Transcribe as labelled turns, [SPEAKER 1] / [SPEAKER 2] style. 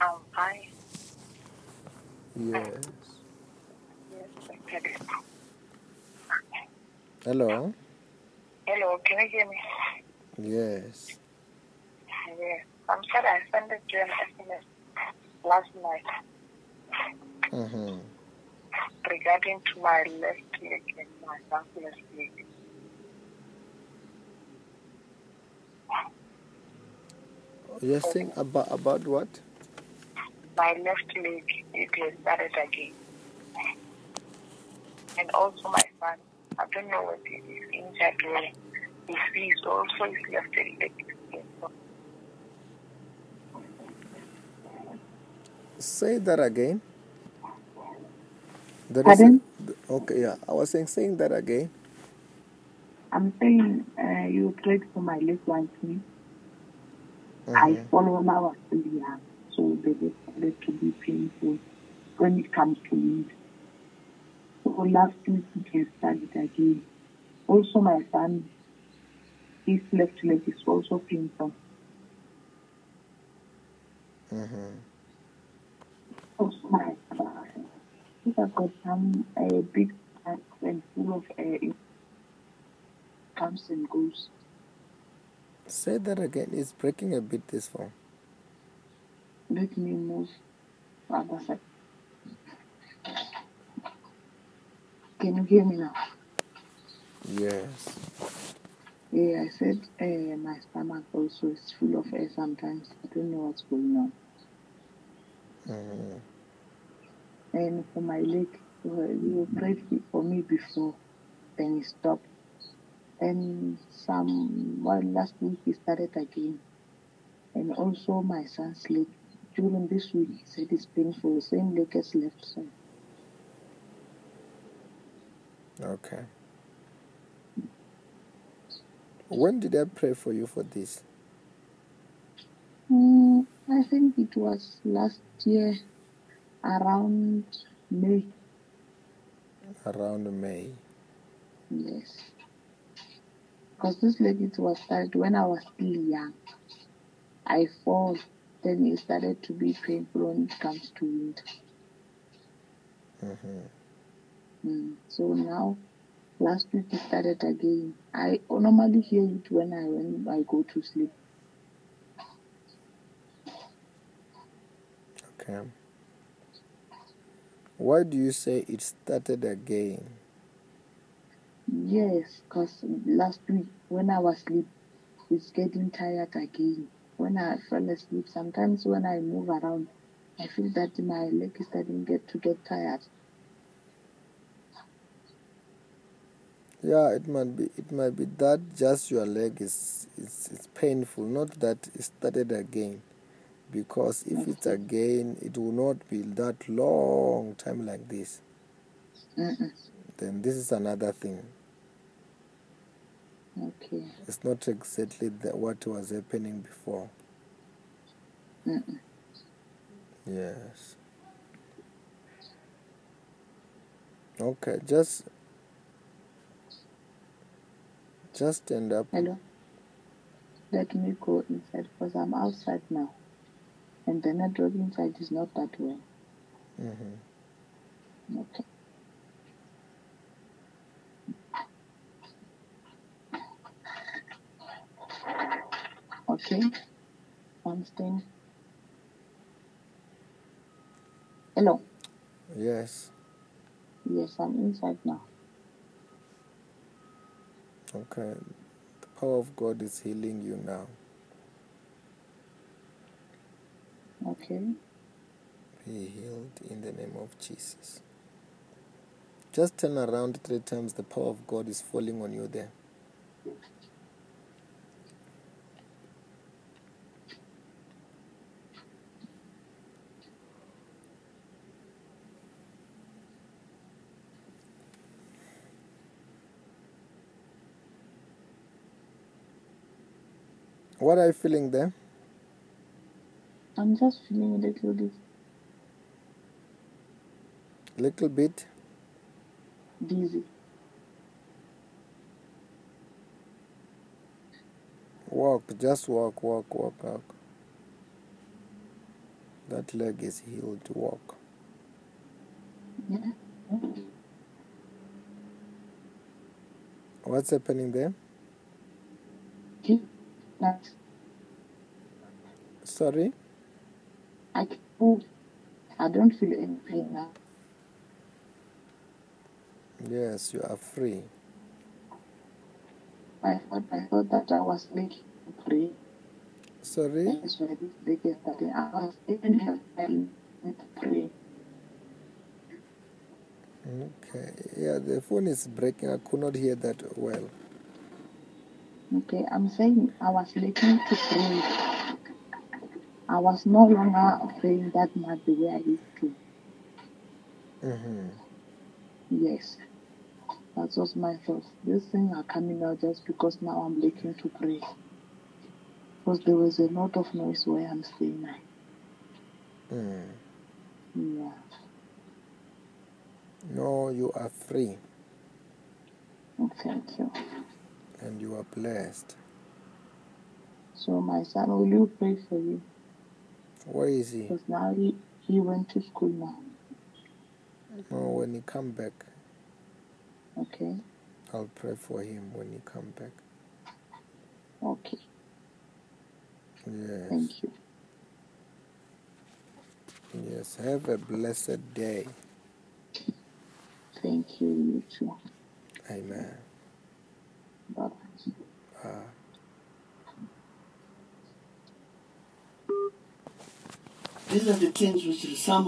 [SPEAKER 1] Oh, Aye.
[SPEAKER 2] Yes.
[SPEAKER 1] Yes, okay.
[SPEAKER 2] Hello.
[SPEAKER 1] Hello, can you hear me?
[SPEAKER 2] Yes.
[SPEAKER 1] Yes. I'm sorry, I sent it to an SMS last night
[SPEAKER 2] Mm-hmm.
[SPEAKER 1] regarding to my left leg and my left leg.
[SPEAKER 2] You're saying about about what?
[SPEAKER 1] My left leg, it has started again. And also my son, I don't know what it is injured or if he's also his left leg. is injured.
[SPEAKER 2] Say that again. There is
[SPEAKER 1] Pardon?
[SPEAKER 2] a- th- okay, yeah. I was saying saying that again.
[SPEAKER 1] I'm saying uh, you prayed for my left one to me. I
[SPEAKER 2] Mhm.
[SPEAKER 1] follow now still young, so they just let to be painful when it comes to me. So last week we can start it again. Also my son, his left leg is also painful.
[SPEAKER 2] Mhm.
[SPEAKER 1] Also my son, he has got some uh, big back and full of uh, it comes and goes.
[SPEAKER 2] Say that again. It's breaking a bit this phone.
[SPEAKER 1] Let me move. Other side. Can you hear me now?
[SPEAKER 2] Yes.
[SPEAKER 1] Yeah, I said uh, my stomach also is full of air sometimes. I don't know what's going on.
[SPEAKER 2] Mhm.
[SPEAKER 1] And for my leg, uh, you prayed for me before, then it stopped. And some, well, last week he started again. And also my son's leg. During this week, he said it's painful, the same leg as left side.
[SPEAKER 2] Okay. When did I pray for you for this?
[SPEAKER 1] Mm, I think it was last year around May.
[SPEAKER 2] Around May.
[SPEAKER 1] Yes. Because this leg it was started when I was still young. I fall, then it started to be painful when it comes to wind.
[SPEAKER 2] Mhm.
[SPEAKER 1] Mm. So now, last week it started again. I normally hear it when I when I go to sleep.
[SPEAKER 2] Okay. Why do you say it started again?
[SPEAKER 1] Yes, because last week when I was sleep, it's getting tired again. When I fell asleep, sometimes when I move around, I feel that my leg is starting get to get tired.
[SPEAKER 2] Yeah, it might be. It might be that just your leg is it's, it's painful. Not that it started again, because if it's
[SPEAKER 1] Okay.
[SPEAKER 2] again, it will not be that long time like this.
[SPEAKER 1] Mm-mm.
[SPEAKER 2] Then this is another thing.
[SPEAKER 1] Okay.
[SPEAKER 2] It's not exactly that what was happening before.
[SPEAKER 1] Mm-mm.
[SPEAKER 2] Yes. Okay. Just just stand up.
[SPEAKER 1] Hello. Let me go inside because I'm outside now, and the network inside is not that well.
[SPEAKER 2] hmm
[SPEAKER 1] Okay. Okay. I'm staying. Hello.
[SPEAKER 2] Yes.
[SPEAKER 1] Yes, I'm inside now.
[SPEAKER 2] Okay. The power of God is healing you now.
[SPEAKER 1] Okay.
[SPEAKER 2] Be healed in the name of Jesus. Just turn around three times. The power of God is falling on you there. What are you feeling there?
[SPEAKER 1] I'm just feeling a little bit
[SPEAKER 2] Little bit.
[SPEAKER 1] dizzy.
[SPEAKER 2] Walk. Just walk, walk, walk, walk. That leg is healed to walk.
[SPEAKER 1] Yeah.
[SPEAKER 2] What's happening there?
[SPEAKER 1] Keep that.
[SPEAKER 2] Sorry?
[SPEAKER 1] I can move. oh, I don't feel any pain now.
[SPEAKER 2] Yes, you are free.
[SPEAKER 1] I thought I thought that I was making a prayer.
[SPEAKER 2] Sorry?
[SPEAKER 1] That's why this big yesterday I was even have time to pray.
[SPEAKER 2] Okay. Yeah, the phone is breaking. I could not hear that well.
[SPEAKER 1] Okay, I'm saying I was looking to pray. I was no longer praying that much the way I used to.
[SPEAKER 2] Mm-hmm.
[SPEAKER 1] Yes. That was my thought. These things are coming out just because now I'm looking to pray. Because there was a lot of noise where I'm staying now.
[SPEAKER 2] Mm.
[SPEAKER 1] Yeah.
[SPEAKER 2] No, you are free
[SPEAKER 1] Oh, Thank you.
[SPEAKER 2] and you are blessed.
[SPEAKER 1] So my son, will you pray for you?
[SPEAKER 2] Where is he?
[SPEAKER 1] Because now he, he went to school now.
[SPEAKER 2] No, when he come back,
[SPEAKER 1] Okay.
[SPEAKER 2] I'll pray for him when he come back.
[SPEAKER 1] Okay.
[SPEAKER 2] Yes.
[SPEAKER 1] Thank you.
[SPEAKER 2] Yes. Have a blessed day.
[SPEAKER 1] Thank you. You too.
[SPEAKER 2] Amen.
[SPEAKER 1] Bye.
[SPEAKER 2] Ah.
[SPEAKER 3] These are the things which resemble.